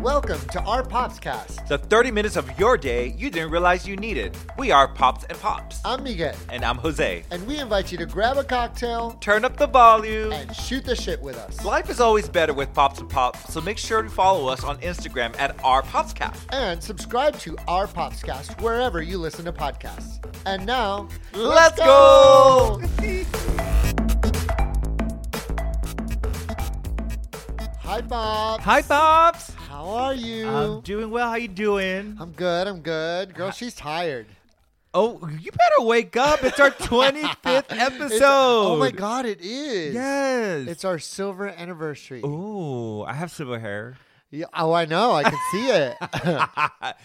Welcome to our Popscast. The 30 minutes of your day you didn't realize you needed. We are Pops and Pops. I'm Miguel, And I'm Jose. and we invite you to grab a cocktail Turn up the volume. and shoot the shit with us. Life is always better with Pops and Pops, so make sure to follow us on Instagram at our Popscast. And subscribe to our Popscast wherever you listen to podcasts. And now, Let's go! Hi, Bob. Hi, Pops. How are you? I'm doing well. How you doing? I'm good. I'm good. Girl, she's tired. Oh, you better wake up. It's our 25th episode. It's- oh my god, it is. Yes. It's our silver anniversary. Ooh, I have silver hair. Yeah, oh, I know. I can see it.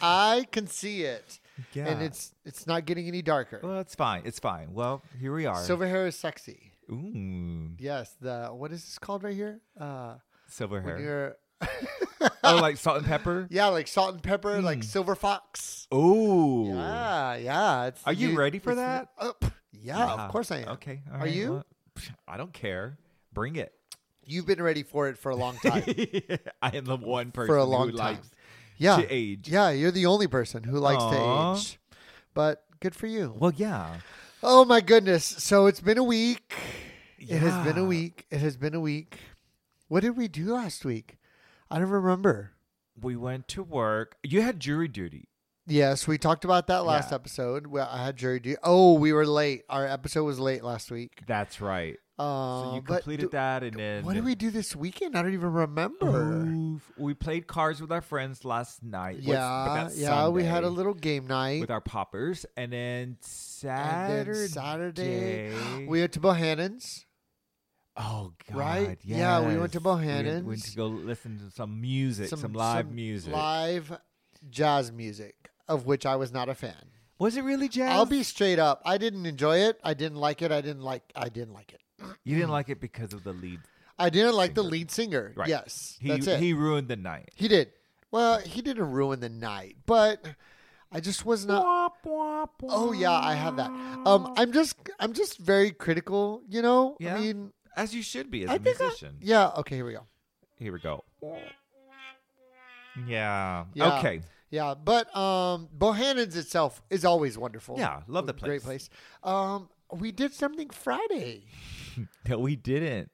I can see it. Yeah. And it's it's not getting any darker. Well, it's fine. It's fine. Well, here we are. Silver hair is sexy. Ooh, Yes. The what is this called right here? Uh, silver when hair. you're Oh, like salt and pepper. yeah, like salt and pepper, like silver fox. Hmm. Ooh. Yeah, yeah. It's, Are you ready for it's- that? uh, pff, yeah, Ah, of course I am. Okay. all Are right, you? well, psh, I don't care. Bring it. You've been ready for it for a long time. I am the one person for a who long time. likes. Yeah. to age. Yeah, you're the only person who likes Aw. to age. But good for you. Well, yeah. Oh my goodness. So it's been a week. It has been a Yeah. week. It has been a week. What did we do last week? I don't remember. We went to work. You had jury duty. Yes, we talked about that last Yeah. episode. Well, I had jury duty. Oh, we were late. Our episode was late last week. That's right. Uh, So you but completed do- that, and then What did we do this weekend? I don't even remember. Ooh, we played cards with our friends last night. What's- but yeah, that's yeah. We had a Sunday little game night. with our poppers, and then and Saturday. then Saturday, we went to Bohannon's. oh God, right? Yeah, we went to yes. We had- We went Bohannon's. to go listen to some music, some, live some music. live jazz music, of which I was not a fan. Was it really jazz? I'll be straight up. I didn't enjoy it. I didn't like it. I didn't like. I didn't like it. you didn't like it because of the lead. I didn't like the Singer. lead singer. Right. Yes, He that's it. he He, ruined the night. did. Well, he didn't ruin the night, but I just was not. Womp, womp, Oh yeah, I have that. Um, womp. I'm just. I'm just very critical. You know. Yeah. I mean. as you should be as I a think I- musician. Yeah. Okay. Here we go. Here we go. Yeah. Yeah. Okay. Yeah, but um, Bohannon's itself is always wonderful. Yeah, love the Great place. place. Um, we did something Friday. No, we didn't.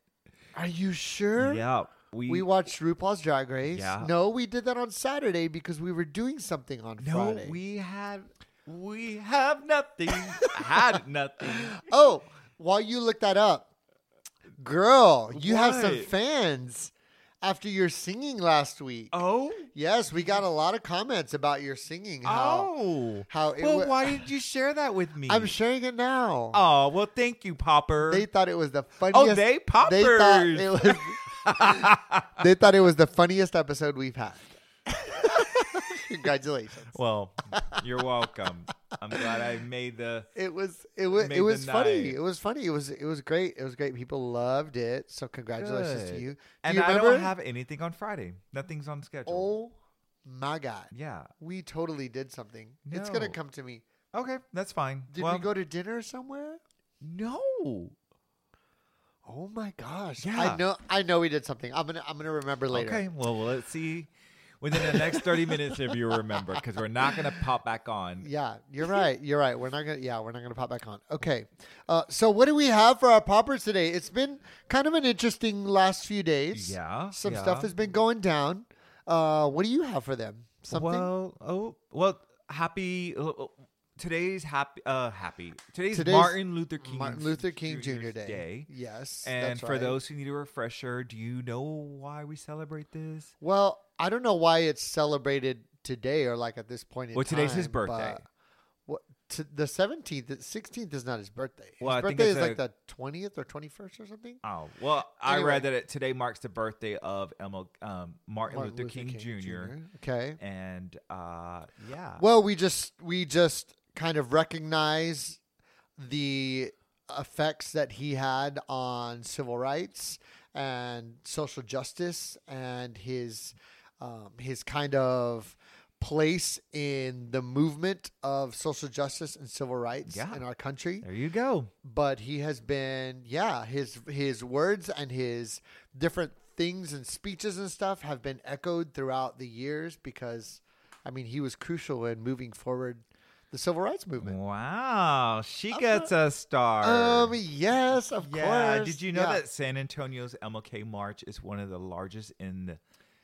Are you sure? Yeah. We, We watched RuPaul's Drag Race. Yeah. No, we did that on Saturday because we were doing something on No, Friday. we had we have nothing. had nothing. Oh, while you look that up, girl, you have some What? fans after your singing last week. Oh. Yes, we got a lot of comments about your singing. How oh. how it well, wa- why didn't you share that with me? I'm sharing it now. Oh, well, thank you, Popper. They thought it was the funniest. oh, they They thought poppers. it was. they thought it was the funniest episode we've had. Congratulations! well, you're welcome. I'm glad I made the It was it was Made it the was funny. night. It was funny. It was it was great. It was great. People loved it. So congratulations to Good. you. Do and you I remember? don't have anything on Friday. Nothing's on schedule. oh my god, Yeah. we totally did something. It's gonna No. come to me. Okay, that's fine. Did well, we go to dinner somewhere? No. Oh my gosh! I Yeah. know. I know we did something. I'm gonna. I'm gonna remember later. Okay. Well, well, let's see within the next 30 minutes if you remember, because we're not going to pop back on. Yeah, you're right. You're right. We're not gonna. Yeah, we're not gonna pop back on. Okay. Uh, so what do we have for our poppers today? It's been kind of an interesting last few days. Yeah, Some yeah. stuff has been going down. Uh, what do you have for them? Something. Well, oh, well, happy. uh, uh, Today's happy. Uh, happy. Today's, Today's Martin Luther King. Martin Luther King Jr. Jr.'s Day. Yes. And that's for right. those who need a refresher, do you know why we celebrate this? Well, I don't know why it's celebrated today or like at this point. In Well, today's his time, but birthday. What? To the seventeenth, sixteenth is not his birthday. Well, I his think birthday it's is like a- the twentieth or twenty first or something. Oh well, I Anyway. read that it, today marks the birthday of ML, um, Martin, Luther, King, Jr. Okay. And uh, yeah, Well, we just we just kind of recognize the effects that he had on civil rights and social justice and his um, his kind of place in the movement of social justice and civil rights Yeah. in our country there you go. but he has been yeah his his words and his different things and speeches and stuff have been echoed throughout the years because, I mean, he was crucial in moving forward the civil rights movement. Wow, she gets a star. Um, yes, of yeah. course. Did you know Yeah. that San Antonio's MLK March is one of the largest in the,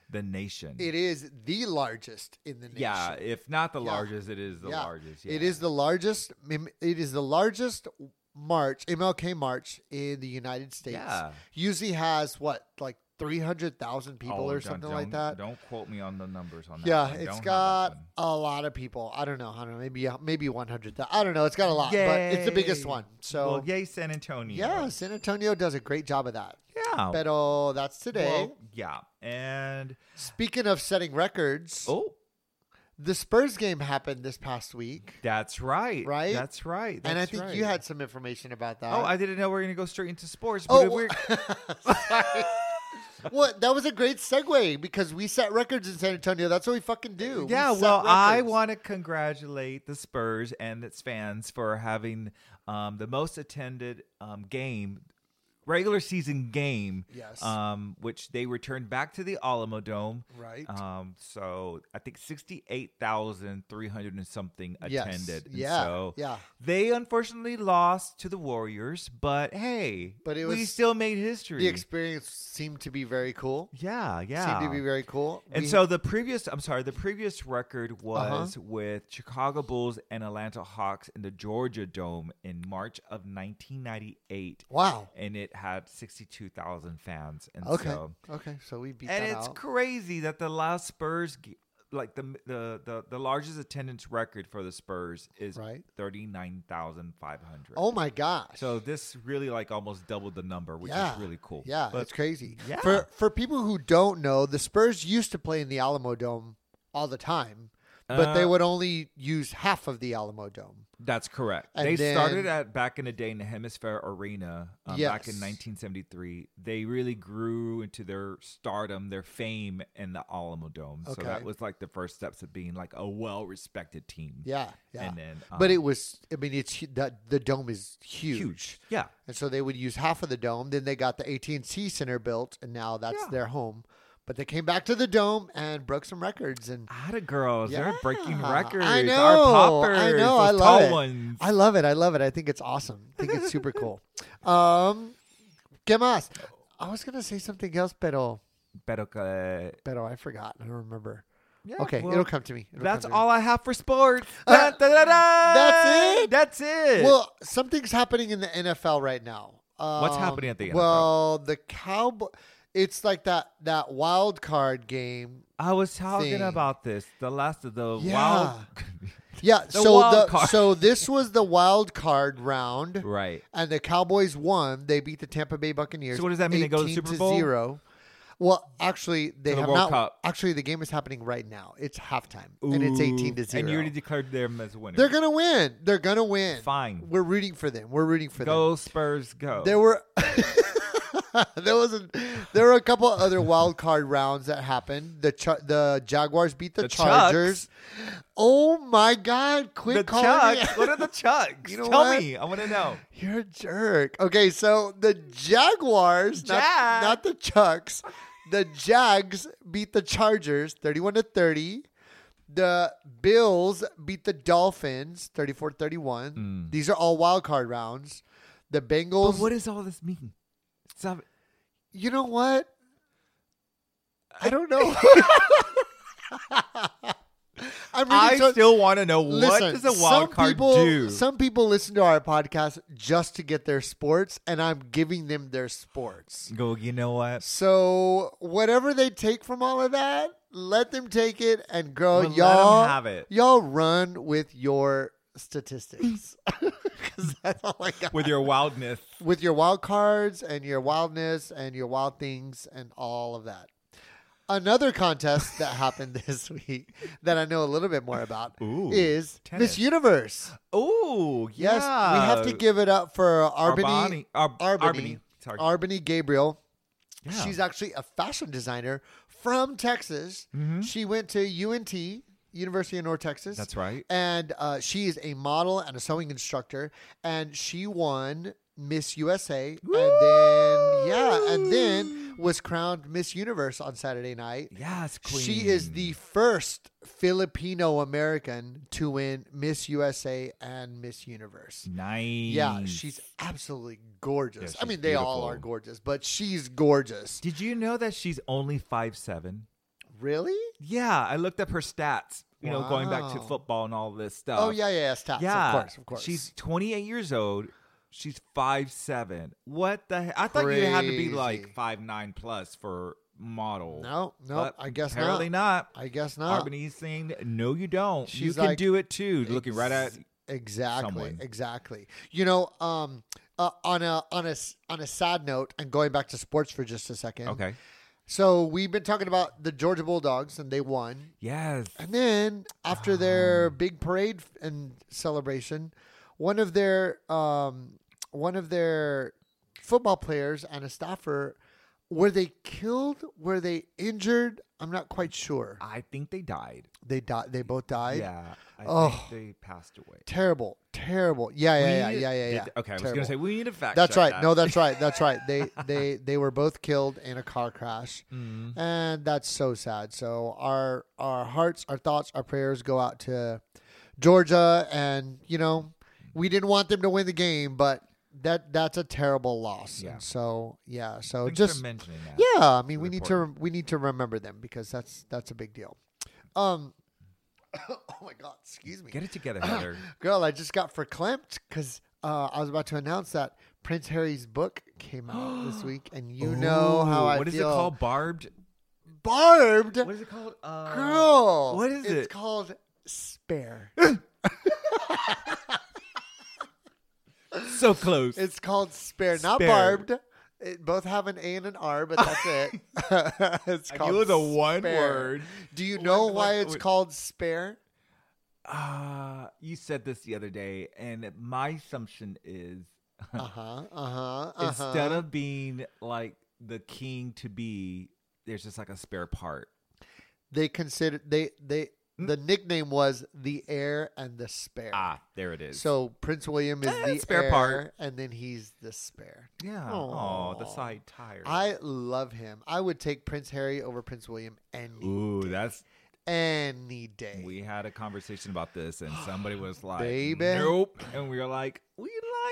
the nation? It is the largest in the nation. yeah, if not the Yeah. largest, it is the Yeah. largest. Yeah. It is the largest. mim- It is the largest march, MLK march in the United States. Yeah. Usually has what like three hundred thousand people Oh, or don't- something like don't- that. Don't quote me on the numbers on that. yeah, one. Don't it's have that got one. a lot of people. I don't know. I don't know. Maybe maybe one hundred. I don't know. It's got a lot, but it's the biggest Yay. one. So well, yay, Oh. San Antonio. yeah, San Antonio does a great job of that. yeah. Pero that's today. Well, yeah, and Speaking of setting records, oh, the Spurs game happened this past week, that's right. Right? That's right. and I that's think right. you had some information about that. Oh, I didn't know we were gonna go straight into sports. But Oh, we're, sorry. well, that was a great segue because we set records in San Antonio. That's what we fucking do. We yeah. set Well, I records. want to congratulate the Spurs and its fans for having um, the most attended um, game, regular season game. Yes. Um, which they returned back to the Alamo Dome. Right. Um, so I think sixty-eight thousand three hundred and something Yes. attended. And Yeah. So Yeah. They unfortunately lost to the Warriors, but hey, But it we was- still made history. The experience seemed to be very cool. yeah, yeah. Seemed to be very cool. and We- Uh-huh. so the previous, I'm sorry, the previous record was with Chicago Bulls and Atlanta Hawks in the Georgia Dome in March of 1998, wow. and it had 62,000 fans. And Okay. so, okay. So we beat and that it's out. crazy that the last Spurs, g- like the the the, the largest attendance record for the Spurs is Right. 39,500. oh my gosh. So this really like almost doubled the number, which yeah. is really cool. Yeah, But- it's crazy. Yeah. For for people who don't know, the Spurs used to play in the Alamo Dome all the time, but they Uh, would only use half of the Alamo Dome. That's correct. And they then- started at back in the day in the Hemisphere Arena um, back in Yes. 1973. They really grew into their stardom, their fame in the Alamo Dome. So Okay. that was like the first steps of being like a well-respected team. Yeah, yeah. And then, but um, it was. I mean, it's hu- that the dome is huge. huge. Yeah. and so they would use half of the dome. Then they got the AT and T Center built, and now that's Yeah. their home. But they came back to the dome and broke some records. And Atta girls, they're breaking Yeah. records. I know. Our poppers, I know. those I love tall it. ones. I love it. I love it. I think it's awesome. I think it's super cool. Um, ¿Qué más? I was gonna say something else, pero Pero que- pero I forgot. I don't remember. Yeah, okay, well, it'll come to me. It'll That's come to me. all I have for sports. Uh, Da, da, da, da. that's it? That's it. Well, something's happening in the NFL right now. Um, What's happening at the NFL? Well, the Cowboy. It's like that that wild card game. I was talking thing. about this. The last of the Yeah. wild. Yeah. The so wild the card. so this was the wild card round, right. and the Cowboys won. They beat the Tampa Bay Buccaneers. So what does that mean? They go to the 18 Super Bowl? Zero. Well, actually, they To the have World not. Cup. Actually, the game is happening right now. It's halftime, and it's eighteen to Ooh. zero. And you already declared them as winners. They're gonna win. They're gonna win. Fine. We're rooting for them. We're rooting for them. go Spurs, go. There were there was a, there were a couple other wild card rounds that happened. The Char- the Jaguars beat the, The Chucks. Chargers. Oh my God! Quit the calling me- Chucks. what are the Chucks? You know Tell what? me. I want to know. You're a jerk. Okay, so the Jaguars, Jag. not, not the Chucks, the Jags beat the Chargers 31 to 30. The Bills beat the Dolphins 34 31. These are all wild card rounds. The But Bengals. what does all this mean? Stop it. You know what? I don't know. I'm really I so- still want to know what listen, does a some wild card people, do? Some people listen to our podcast just to get their sports, and I'm giving them their sports. Go. You know what? So whatever they take from all of that, let them take it and grow. Well, let 'em y'all have it. Y'all run with your statistics because that's all I got With your wildness. with your wild cards and your wildness and your wild things and all of that. Another contest that happened this week that I know a little bit more about Ooh, is tennis. Miss Universe. Oh yeah. Yes, we have to give it up for Arbany Arbani. Ar- Arbany, Sorry. Arbany Gabriel. Yeah. She's actually a fashion designer from Texas. Mm-hmm. She went to UNT, University of North Texas. That's right. And uh, she is a model and a sewing instructor. And she won Miss USA, and then yeah, and then was crowned Miss Universe on Saturday night. Yes, queen. She is the first Filipino American to win Miss USA and Miss Universe. nice. Yeah, she's absolutely gorgeous. Yeah, I she's mean, they all beautiful. are gorgeous, but she's gorgeous. Did you know that she's only five seven? Really? Yeah, I looked up her stats. You know, going back to Wow. football and all this stuff. Oh yeah, yeah, yeah. Stats, Uh, yeah. of course, of course. She's 28 years old. She's five seven. What the? He- I thought you had to be like Crazy. five nine plus for model. no, no. But I guess apparently not. not. I guess not. Arbany's saying, "No, you don't. you She's can like- do it too." Looking right at Ex- exactly someone. exactly you know um uh, on a on a s- on a sad note and going back to sports for just a second okay. so we've been talking about the georgia bulldogs and they won Yes. and then after their Ah. big parade f- and celebration one of their um one of their football players and a staffer were they killed were they injured i'm not quite sure I think they died. they died they both died yeah. I Oh. think they passed away. Terrible, terrible. Yeah, We yeah, yeah, need- yeah, yeah. yeah. did- Okay, I was Terrible. gonna say we need a fact. That's check right. That. No, that's right. That's right. They they they were both killed in a car crash, Mm. and that's so sad. So our our hearts, our thoughts, our prayers go out to Georgia, and you know we didn't want them to win the game, but that that's a terrible loss. Yeah. And so yeah, so Thanks just for mentioning that. yeah, I mean, we Really need to rem- we need to remember them because that's that's a big deal. Um, oh my God, excuse me, Get it together, Heather. girl. I just got verklempt because uh, I was about to announce that Prince Harry's book came out this week, and you know how Ooh, I What is feel. it called? Barbed. Barbed, What is it called? Uh, girl. what is it's it? called? Spare. So close. It's called spare, not Spare. barbed. It both have an A and an R, but that's it. it's I knew called it was a one spare. word. Do you One- know one- why it's wait. called spare? Uh, you said this the other day, and my assumption is Uh huh. Uh huh. Uh-huh. instead of being like the king to be, there's just like a spare part. they considered they they the nickname was the heir and the spare. Ah, there it is. So Prince William is Eh, the spare heir, part. and then he's the spare. yeah. Oh, the Aw. side tire. I love him. I would take Prince Harry over Prince William any Ooh, that's any day. we had a conversation about this, and somebody was like, Baby. "Nope," and we were like, "We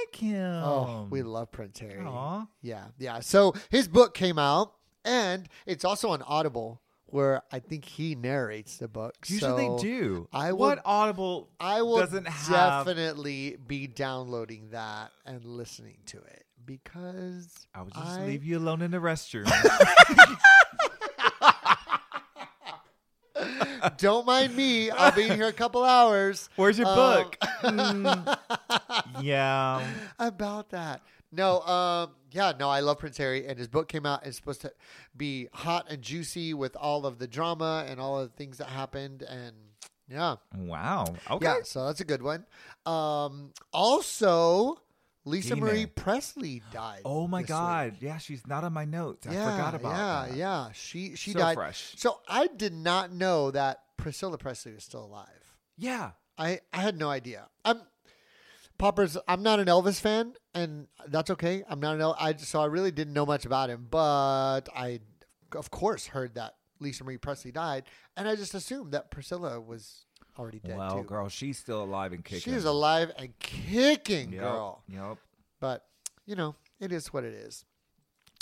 like him." oh, we love Prince Harry. Um, Aw. Yeah, yeah. So his book came out, and it's also on Audible, where I think he narrates the book. Usually so they do. I will- what Audible I will doesn't have. definitely be downloading that and listening to it because I would just leave you alone in the restroom. don't mind me. I'll be here a couple hours Where's your Um, book? Mm, yeah. about that. No, um, yeah, no, I love Prince Harry, and his book came out. It's supposed to be hot and juicy with all of the drama and all of the things that happened, and yeah, Wow. Okay. yeah. So that's a good one. Um, also, Lisa Dina. Marie Presley died. Oh my this week. God. Yeah, she's not on my notes. I forgot about yeah, that. Yeah, She she So died. fresh. So I did not know that Priscilla Presley was still alive. Yeah. I I had no idea. I'm Poppers. I'm not an Elvis fan, and that's okay. I'm not an El- I so I really didn't know much about him, but I of course heard that Lisa Marie Presley died, and I just assumed that Priscilla was already dead Well, too. girl, she's still alive and kicking. she is alive and kicking, Yep, girl. Yep. But you know, it is what it is.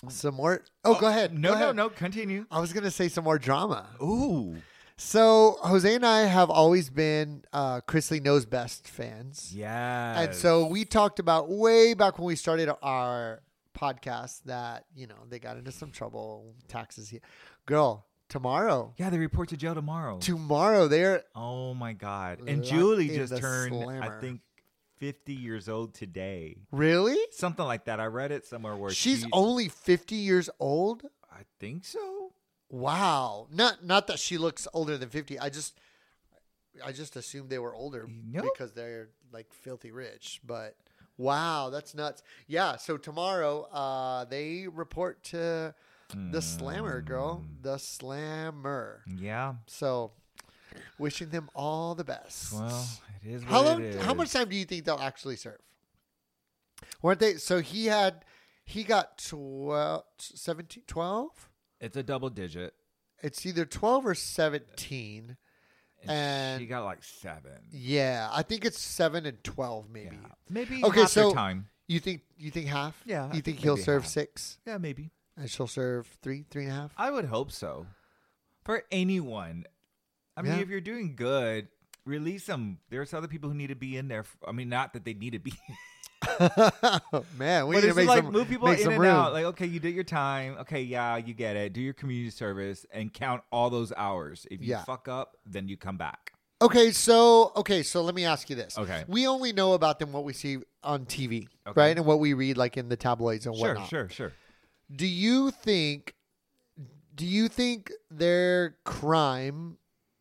Some more. Oh, go ahead. Mm. No, go no, ahead. no. Continue. I was gonna say some more drama. Ooh. So Jose and I have always been uh, Chrisley knows best fans, Yeah. and so we talked about way back when we started our podcast that you know they got into some trouble, taxes. Here. Girl, tomorrow, Yeah, they report to jail tomorrow. tomorrow they're oh my God. And Lock Julie in just the turned, I slammer. think, 50 years old today. really. Something like that. I read it somewhere where She's she, only fifty years old. I think so. Wow. Not not that she looks older than fifty. I just I just assumed they were older Nope. because they're like filthy rich. But wow, that's nuts. Yeah, so tomorrow uh they report to the slammer, girl. The slammer. Hmm. Yeah. So wishing them all the best. Well, it is how what long it is. how much time do you think they'll actually serve? Weren't they? So he had, he got 12, 17, 12? It's a double digit. It's either 12 or 17. And, And- she got like seven. Yeah, I think it's 7 and 12 maybe. Yeah. Maybe Okay, okay, half so- so, time. You think you think half? Yeah, I You think think he'll maybe serve half. six Yeah, maybe. and she'll serve three, three and a half? I would hope so. For anyone. I mean, Yeah. if you're doing good, release them. There's other people who need to be in there. f- I mean, not that they need to be. Man, we but need to it's make like some, move people make in some and room. out. Like, okay, you did your time. Okay, yeah, you get it. Do your community service and count all those hours. If you Yeah. fuck up, then you come back. Okay, so okay, so let me ask you this. Okay. we only know about them what we see on TV, Okay. right, and what we read like in the tabloids and Sure, whatnot. sure, sure. Do you think? Do you think their crime,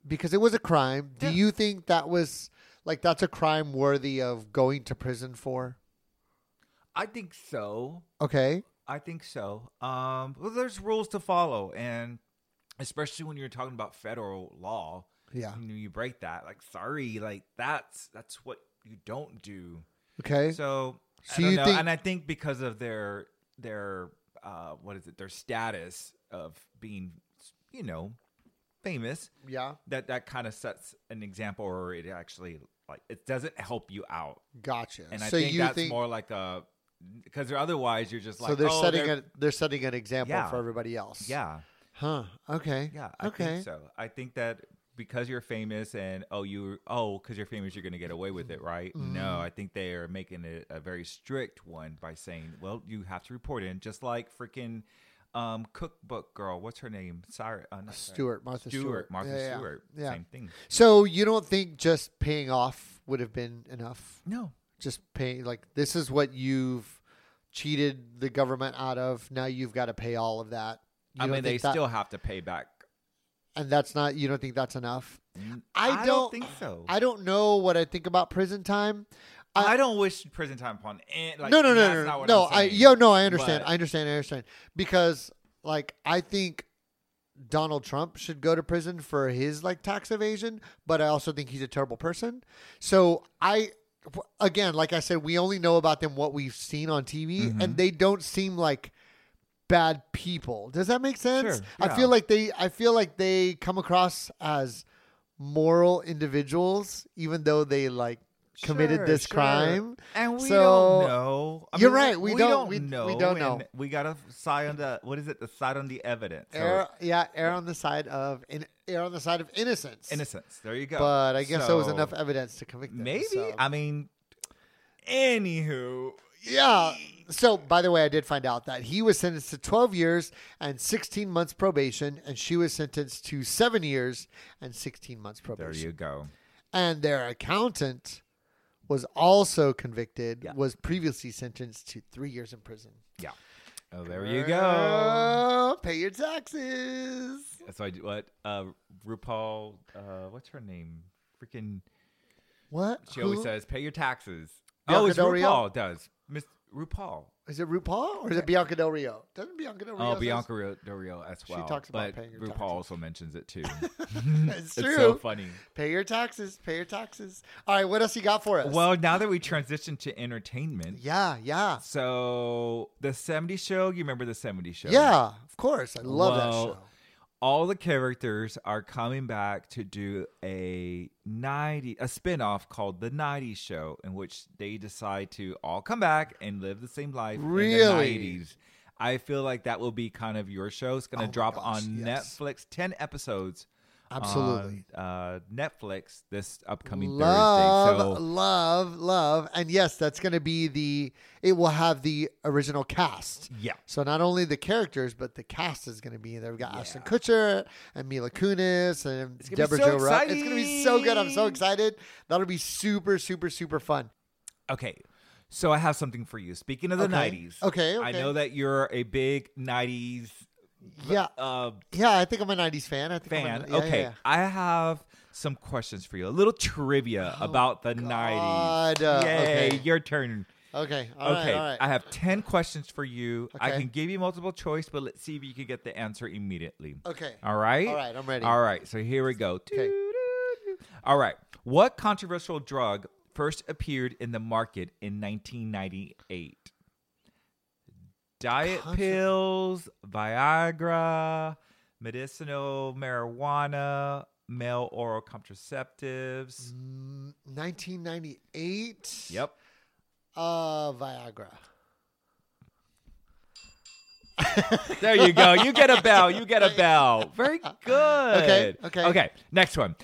because it was a crime, do Yeah. you think that was like that's a crime worthy of going to prison for? I think so. Okay, I think so. Um, well, there's rules to follow, and especially when you're talking about federal law, yeah, you know, you break that. Like, sorry, like that's that's what you don't do. okay, So, So I don't you know. think- and I think because of their their uh, what is it? Their status of being, you know, famous. yeah, That that kind of sets an example, or it actually like it doesn't help you out. gotcha. And I so think you that's think more like a because otherwise you're just like so? They're oh, setting they're- a they're setting an example Yeah. for everybody else. yeah. Huh. Okay. Yeah, I okay. think so. I think that because you're famous and oh you oh because you're famous you're going to get away with it, right? Mm-hmm. No, I think they are making it a very strict one by saying, well, you have to report in, just like freaking um, cookbook girl. What's her name? Sorry, uh, not Sarah. Stewart, Martha Stewart. Stewart, Martha Yeah, yeah, Stewart. yeah. Same thing. So you don't think just paying off would have been enough? No, Just paying like this is what you've cheated the government out of. Now you've got to pay all of that. You I don't mean they think that- still have to pay back. and that's not you don't think that's enough. I don't, don't- think so. I don't know what I think about prison time. I, don't wish prison time upon. Any, like, no, no, no, that's no, not no. what no I'm I saying. yo, no, I understand. But- I understand. I understand because like I think Donald Trump should go to prison for his like tax evasion, but I also think he's a terrible person. So I w- again, like I said, we only know about them what we've seen on TV, Mm-hmm. and they don't seem like bad people. Does that make sense? Sure, I yeah. feel like they I feel like they come across as moral individuals, even though they like committed Sure, this sure. crime. and we So- don't know. You're right, we don't- we- we don't know. and We gotta side on the what is it? The side on the evidence. So, Err, yeah, err on the side of in, err on the side of innocence. innocence. There you go. But I guess there was So, enough evidence to convict them. Maybe. so- I mean, anywho, yeah. So, by the way, I did find out that he was sentenced to 12 years and 16 months probation, and she was sentenced to seven years and 16 months there probation. you go. And their accountant was also convicted, Yeah. was previously sentenced to three years in prison. Yeah. Oh, there you go. Girl, Pay your taxes. That's why I do- what uh, RuPaul. Uh, what's her name? Freaking. What? She always Who? says, "Pay your taxes." Bianca oh, it's Del Rio? RuPaul. Does Miss RuPaul? Is it RuPaul or is it Bianca Del Rio? Doesn't Bianca Del Rio? Oh, says- Bianca Rio- Del Rio as She well. talks about but paying your RuPaul taxes. also mentions it too. It's It's true. so funny. Pay your taxes. Pay your taxes. All right, what else you got for us? Well, now that we transitioned to entertainment, yeah, yeah, so the 70s show, you remember the 70s show? yeah. Of course, I love that Well, show. All the characters are coming back to do a 90 a spin-off called The 90s Show in which they decide to all come back and live the same life Really? in the 90s. I feel like that will be kind of your show. It's going Oh to my drop gosh, on yes. Netflix 10 episodes. Absolutely. on, uh, Netflix this upcoming love, Thursday. So love, love, and yes, that's going to be the. It will have the original cast. yeah. So not only the characters, but the cast is going to be there. We've got Ashton Kutcher and Mila Kunis and gonna be Deborah so Jo Rutt. It's going to be so good. I'm so excited. That'll be super, super, super fun. Okay. So I have something for you. Speaking of the Okay. 90s. Okay, I okay. know that you're a big 90s Yeah, uh, yeah. I think I'm a '90s fan. I think fan. I'm a, yeah, okay. yeah, yeah. I have some questions for you. A little trivia about the 90s. God, Oh, uh, Yay, okay. your turn. Okay. All right. okay. All right. I have 10 questions for you. I Okay. can give you multiple choice, but let's see if you can get the answer immediately. okay. All right. All right, I'm ready. All right. So here we go. Okay. All right. What controversial drug first appeared in the market in 1998. Diet Contra- pills, Viagra, medicinal marijuana, male oral contraceptives. Mm, 1998. Yep. Uh, Viagra. There you go. You get a bell. You get a bell. Very good. Okay, okay. Okay. Next one.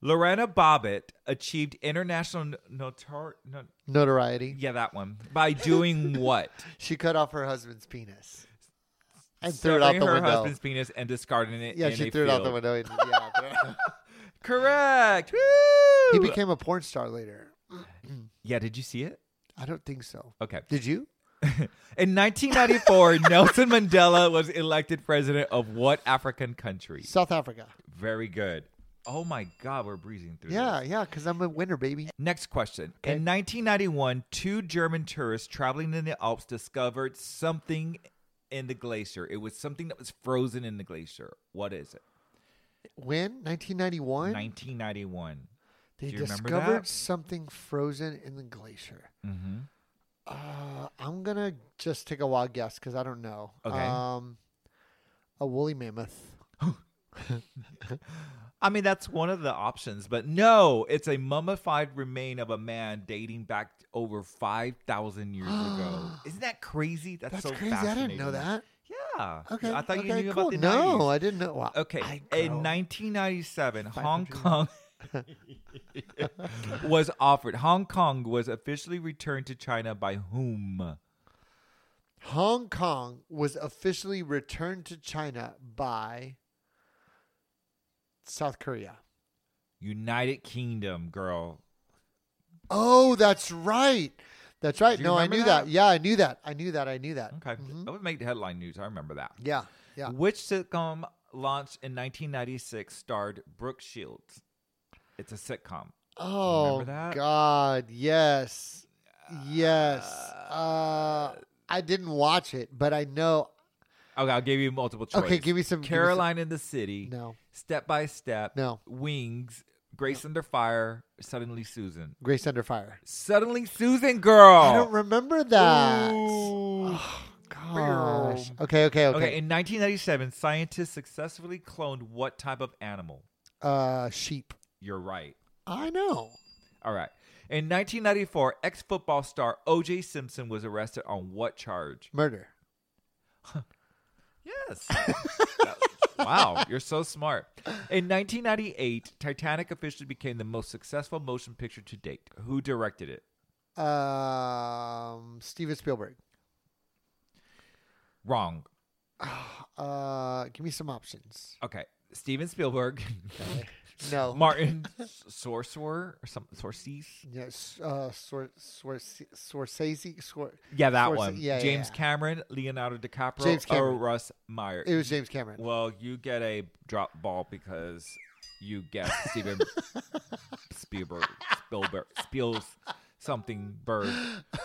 Lorena Bobbitt achieved international notar. No, Notoriety. yeah, that one. By doing what? She cut off her husband's penis and threw it out Severing the her window. husband's penis and discarding it. yeah, in she a threw it out the field. window. and- yeah, but- Correct. Woo! he became a porn star later. yeah, did you see it? I don't think so. Okay. Did you? In 1994, Nelson Mandela was elected president of what African country? South Africa. Very good. Oh my God, we're breezing through. this. Yeah, yeah, because I'm a winner, baby. Next question. In 1991, two German tourists traveling in the Alps discovered something in the glacier. It was something that was frozen in the glacier. What is it? When? 1991? 1991. they do you remember discovered that? something frozen in the glacier. Mm-hmm. Uh, I'm going to just take a wild guess because I don't know. Okay. Um, a woolly mammoth. I mean, that's one of the options, but no, it's a mummified remain of a man dating back over 5,000 years ago. Isn't that crazy? That's, That's so crazy. I didn't know fascinating. that. Yeah. Okay. I thought okay, you knew cool. about the No, 90s. I didn't know. Wow. Okay. I In grow. 1997, Hong 500 Kong was offered. Hong Kong was officially returned to China by whom? Hong Kong was officially returned to China by South Korea. United Kingdom, girl. Oh, that's right. That's right. Do you No, I remember knew that? that? Yeah, I knew that. I knew that. I knew that. Mm-hmm. Okay. That would make the headline news. I remember that. Yeah. Yeah. Which sitcom launched in 1996 starred Brooke Shields? It's a sitcom. Oh that? God. Yes. Yes. Uh, I didn't watch it, but I know. Okay, I'll give you multiple choice. Okay, give me some. give me some- Caroline in the City. No. Step by Step. No. Wings. Grace Under Fire. Suddenly Susan. Grace Under Fire. Suddenly Susan, girl. I don't remember that. Oh. Ooh. Oh, gosh. Okay. Okay. Okay, Okay. in 1997, scientists successfully cloned what type of animal? Uh, sheep. You're right. I know. All right. In 1994, ex football star O.J. Simpson was arrested on what charge? Murder. Yes. wow, you're so smart. In 1998, Titanic officially became the most successful motion picture to date. Who directed it? Um, Steven Spielberg. Wrong. Uh, give me some options. Okay. Steven Spielberg, No. Martin Sorcerer, or some Sorcease. Yes, uh, Sor- Sor- Scorsese. Scor- Yeah, that Sorce- one. yeah, yeah, James yeah. Cameron, Leonardo DiCaprio, James or Cameron. Russ Meyer. It was James Cameron. Well, you get a drop ball because you guessed Steven Spielberg, Spielberg, Spiels something bird.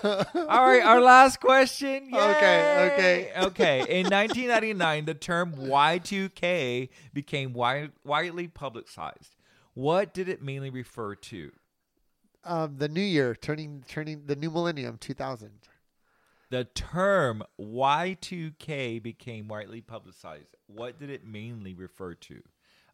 All right, our last question. Okay, Yay! okay. In 1999, the term Y2K became wi- widely publicized. What did it mainly refer to? Um, the new year, turning, turning the new millennium, two thousand. The term Y2K became widely publicized. What did it mainly refer to?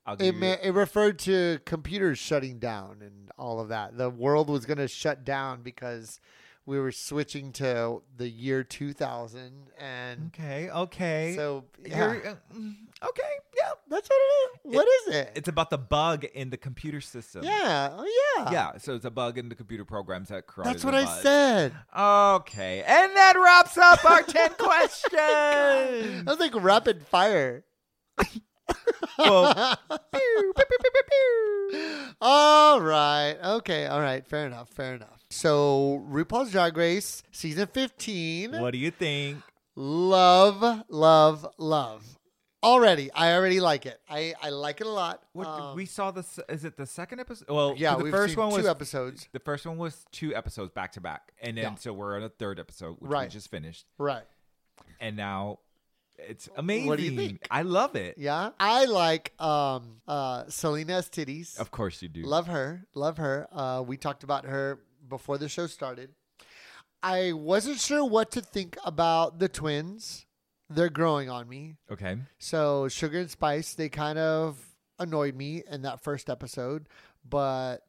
I'll It give you- ma- it referred to computers shutting down and all of that. The world was going to shut down because we were switching to the year two thousand, and Okay, okay. so yeah. You're, uh, mm, okay, yeah. that's what it is. What is it? It's about the bug in the computer system. yeah, oh yeah, Yeah, so it's a bug in the computer programs that created That's what the I buzz. said. Okay, and that wraps up our 10 questions. That was like rapid fire. Well, pew, pew, pew, pew, pew, pew. All right. Okay. All right. Fair enough. Fair enough. So RuPaul's Drag Race season 15. What do you think? Love, love, love. Already. I already like it. I, I like it a lot. What Um, oh, we saw this is it the second episode? Well, yeah, the we've first seen one two was episodes. The first one was two episodes back to back, and then Yeah. so we're on a third episode, which we Right. just finished, Right. and now it's amazing. What do you think? I love it. Yeah. I like um uh Selena's titties. Of course you do. Love her. Love her. Uh we talked about her before the show started. I wasn't sure what to think about the twins. They're growing on me. Okay. So Sugar and Spice, they kind of annoyed me in that first episode, but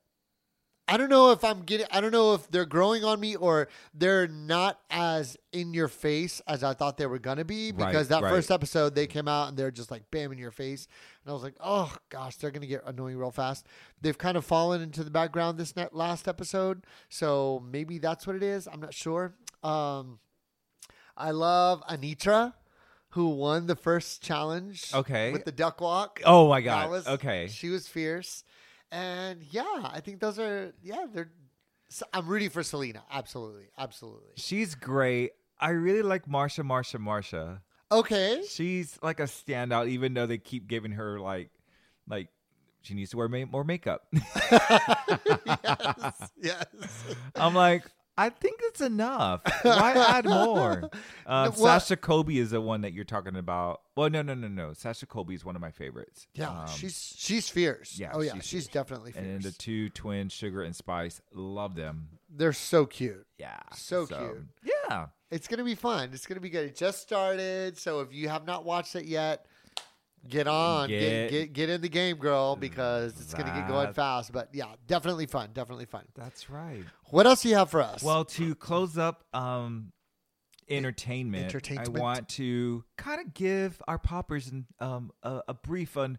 I don't know if I'm getting I don't know if they're growing on me or they're not as in your face as I thought they were going to be Right, because that right. first episode they came out and they're just like bam in your face and I was like, "Oh gosh, they're going to get annoying real fast." They've kind of fallen into the background this net last episode, so maybe that's what it is. I'm not sure. Um I love Anitra, who won the first challenge. Okay. With the duck walk. Oh my That god. was- okay. She was fierce. And yeah, I think those are, yeah, they're, so I'm rooting for Selena. Absolutely. Absolutely. She's great. I really like Marsha, Marsha, Marsha. Okay. She's like a standout, even though they keep giving her like, like she needs to wear ma- more makeup. yes. Yes. I'm like, I think that's enough. Why add more? No, Um, well- Sasha Kobe is the one that you're talking about. Well, no, no, no, no. Sasha Kobe is one of my favorites. Yeah. Um, she's, she's fierce. yeah, oh, yeah. she's She's, definitely fierce. and the two twins, Sugar and Spice, love them. They're so cute. Yeah, So cute. Yeah, It's going to be fun. It's going to be good. It just started. So if you have not watched it yet, get on. Get, Get- Mm, get, get, in the game, girl, because it's going to get going That- fast. But yeah, definitely fun. Definitely fun. that's right. What else do you have for us? Well, to close up um entertainment, Entertainment. I want to kind of give our poppers an- um a, a brief on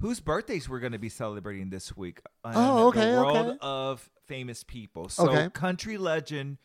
whose birthdays we're going to be celebrating this week. on Oh, okay, The world okay. of famous people. So, Okay. country legend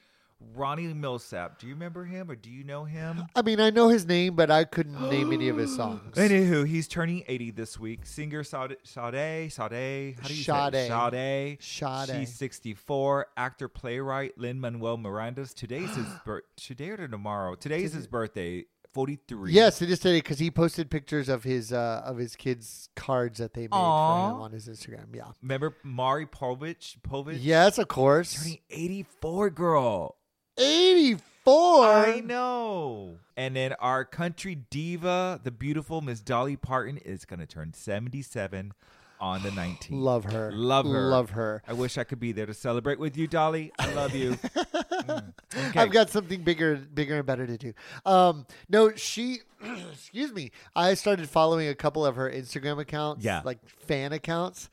Ronnie Millsap. Do you remember him or do you know him? I mean, I know his name, but I couldn't name any of his songs. Anywho, he's turning 80 this week. Singer Sade, Sade, Sade how do you say it? Sade. Sade. Sade. She's 64. Actor, playwright Lin Manuel Miranda's. Today's his birth. Today or tomorrow? Today's his birthday. 43. Yes, it is today because he posted pictures of his uh, of his kids' cards that they made Aw. for him on his Instagram. Yeah. Remember Mari Povich? Povich? Yes, of course. Turning 84, girl. Eighty four. I know. And then our country diva, the beautiful Miss Dolly Parton, is going to turn 77 on the 19th. Love her. Love her. Love her. I wish I could be there to celebrate with you, Dolly. I love you. Mm. Okay. I've got something bigger, bigger and better to do. Um, no, she. excuse me. I started following a couple of her Instagram accounts. Yeah. like fan accounts.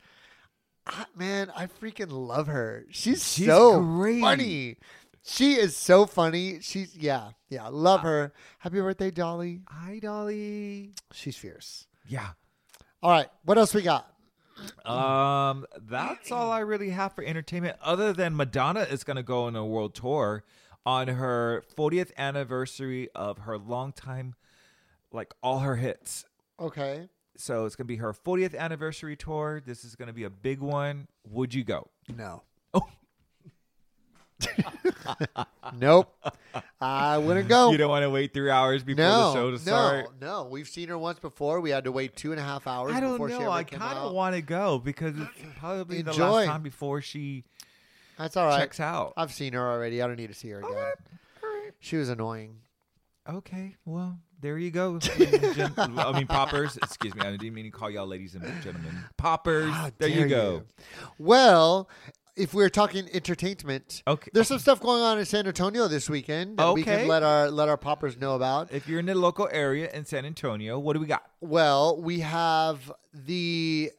Ah, man, I freaking love her. She's, She's so great. funny. She is so funny. She's yeah, yeah. Ah. Love her. Happy birthday, Dolly. Hi, Dolly. She's fierce. Yeah. All right, what else we got? Um, that's all I really have for entertainment. Other than Madonna is going to go on a world tour on her 40th anniversary of her long time, like all her hits. Okay. So it's going to be her 40th anniversary tour. This is going to be a big one. Would you go? No. Oh. nope. I wouldn't go. You don't want to wait three hours before Oh. no, the show to no, start. no. We've seen her once before. We had to wait two and a half hours. I don't before She know. ever I came kind out. of want to go because it's probably the Enjoy. last time before she That's all right. checks out. I've seen her already. I don't need to see her again. She was annoying. Okay, well, there you go. ladies and gen- I mean, poppers. Excuse me. I didn't mean to call y'all ladies and gentlemen. Poppers. How there you dare go. Well, if we're talking entertainment, Okay. there's some stuff going on in San Antonio this weekend that we Okay. can let our let our poppers know about. If you're in the local area in San Antonio, what do we got? Well, we have the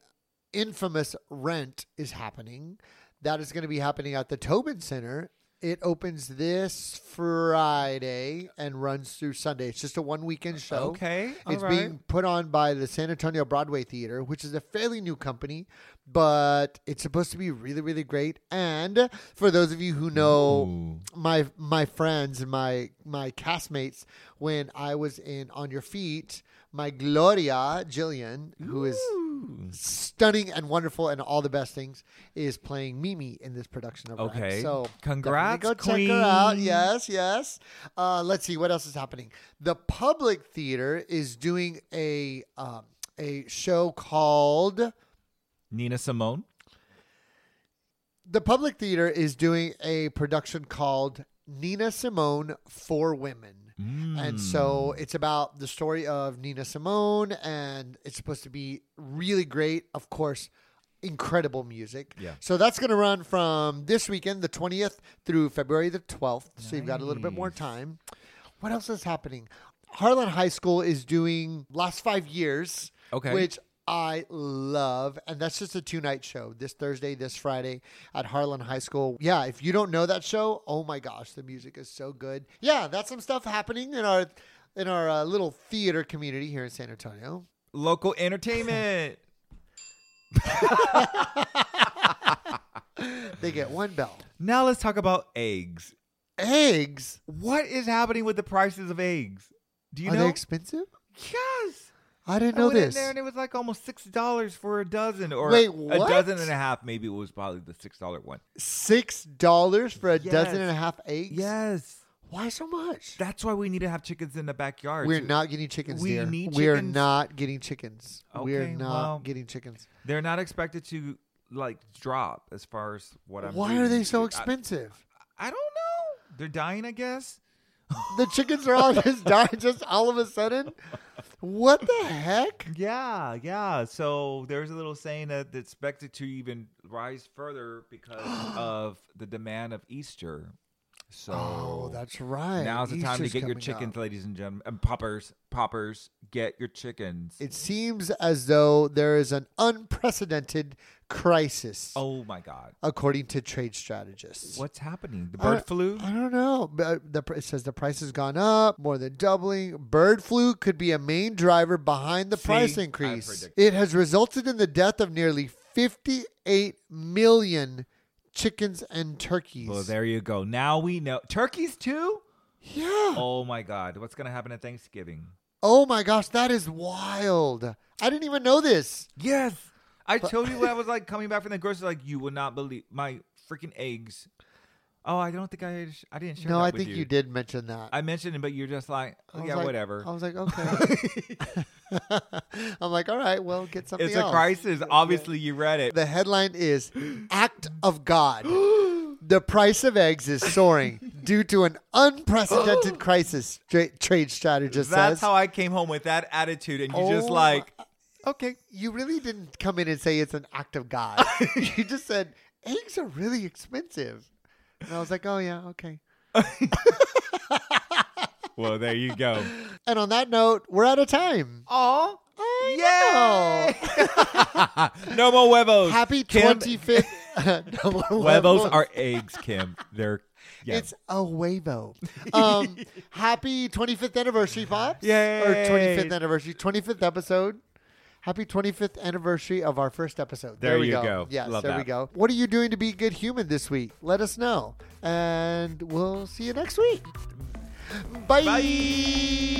infamous Rent is happening. That is going to be happening at the Tobin Center. It opens this Friday and runs through Sunday. It's just a one weekend show. Okay. all It's right. being put on by the San Antonio Broadway Theater, which is a fairly new company, but it's supposed to be really, really great. And for those of you who know Ooh. my my friends and my my castmates when I was in On Your Feet, my Gloria Jillian, who is Ooh. stunning and wonderful and all the best things, is playing Mimi in this production of Rent. Okay. So Congrats, definitely go check her out. queen. Yes, yes. Uh, let's see what else is happening. The Public Theater is doing a um, a show called. Nina Simone. The Public Theater is doing a production called Nina Simone for Women. Mm, And so it's about the story of Nina Simone, and it's supposed to be really great. Of course, incredible music. Yeah. So that's going to run from this weekend, the 20th, through February the 12th. So you've got a little bit more time. What else is happening? Harlan High School is doing last five years, Okay. which I love. And that's just a two night show this Thursday, this Friday at Harlan High School. Yeah, if you don't know that show, oh my gosh, the music is so good. Yeah, that's some stuff happening in our. In our uh, little theater community here in San Antonio, Local entertainment. they get one bell. now let's talk about eggs. Eggs? What is happening with the prices of eggs? Do you Are know? they expensive? yes. I didn't know went in this. there and it was like almost six dollars for a dozen, or Wait, a what? dozen and a half. Maybe it was probably the six dollar one. Six dollars for a dozen Yes. and a half eggs? Yes, Why so much? that's why we need to have chickens in the backyard. We're to- not getting chickens, We dear. need We're chickens. not getting chickens. We're Okay, not well, getting chickens. They're not expected to like drop as far as what I'm. Why are they reading. so I- expensive? I, don't know. They're dying, I guess. the chickens are all just dying just all of a sudden? What the heck? Yeah, yeah. So there's a little saying that it's expected to even rise further because of the demand of Easter. So Oh, that's right. Now's the time to Easter's get your coming chickens, up. ladies and gentlemen. And poppers, poppers, get your chickens. It seems as though there is an unprecedented crisis, oh my God. according to trade strategists. What's happening? The I bird don't- flu? I don't know. But uh, the, pr- it says the price has gone up, more than doubling. Bird flu could be a main driver behind the See, price I increase. predict- It has resulted in the death of nearly 58 million chickens and turkeys. Well, there you go. Now we know. Turkeys too? yeah. Oh. Oh my God. What's going to happen at Thanksgiving? my gosh, that is wild. I didn't even know this. Yes. I told you when I was like coming back from the grocery, like, you will not believe my freaking eggs. Oh, I don't think I, I didn't share no, that I with think you. you did mention that. I mentioned it, but you're just like, I oh, was yeah, like- whatever. I was like, okay. I'm like, all right, well, get something It's a else. crisis. Obviously, you read it. The headline is Act of God. The price of eggs is soaring due to an unprecedented crisis, tra- trade strategist That's says. how I came home with that attitude, and you just Oh like, okay, you really didn't come in and say it's an act of God. you just said, eggs are really expensive. And I was like, oh, yeah, okay. well, there you go. And on that note, we're out of time. Oh, Oh. no more huevos. Happy Oh, Kim, 25th. No, Huevos are eggs, Kim. They're yeah. It's a huevo. Um, happy 25th anniversary, Pops. Yay. Or 25th anniversary, 25th episode. Happy 25th anniversary of our first episode. There we you go. go. Yes, Love there we that. go. What are you doing to be a good human this week? Let us know. And we'll see you next week. Bye.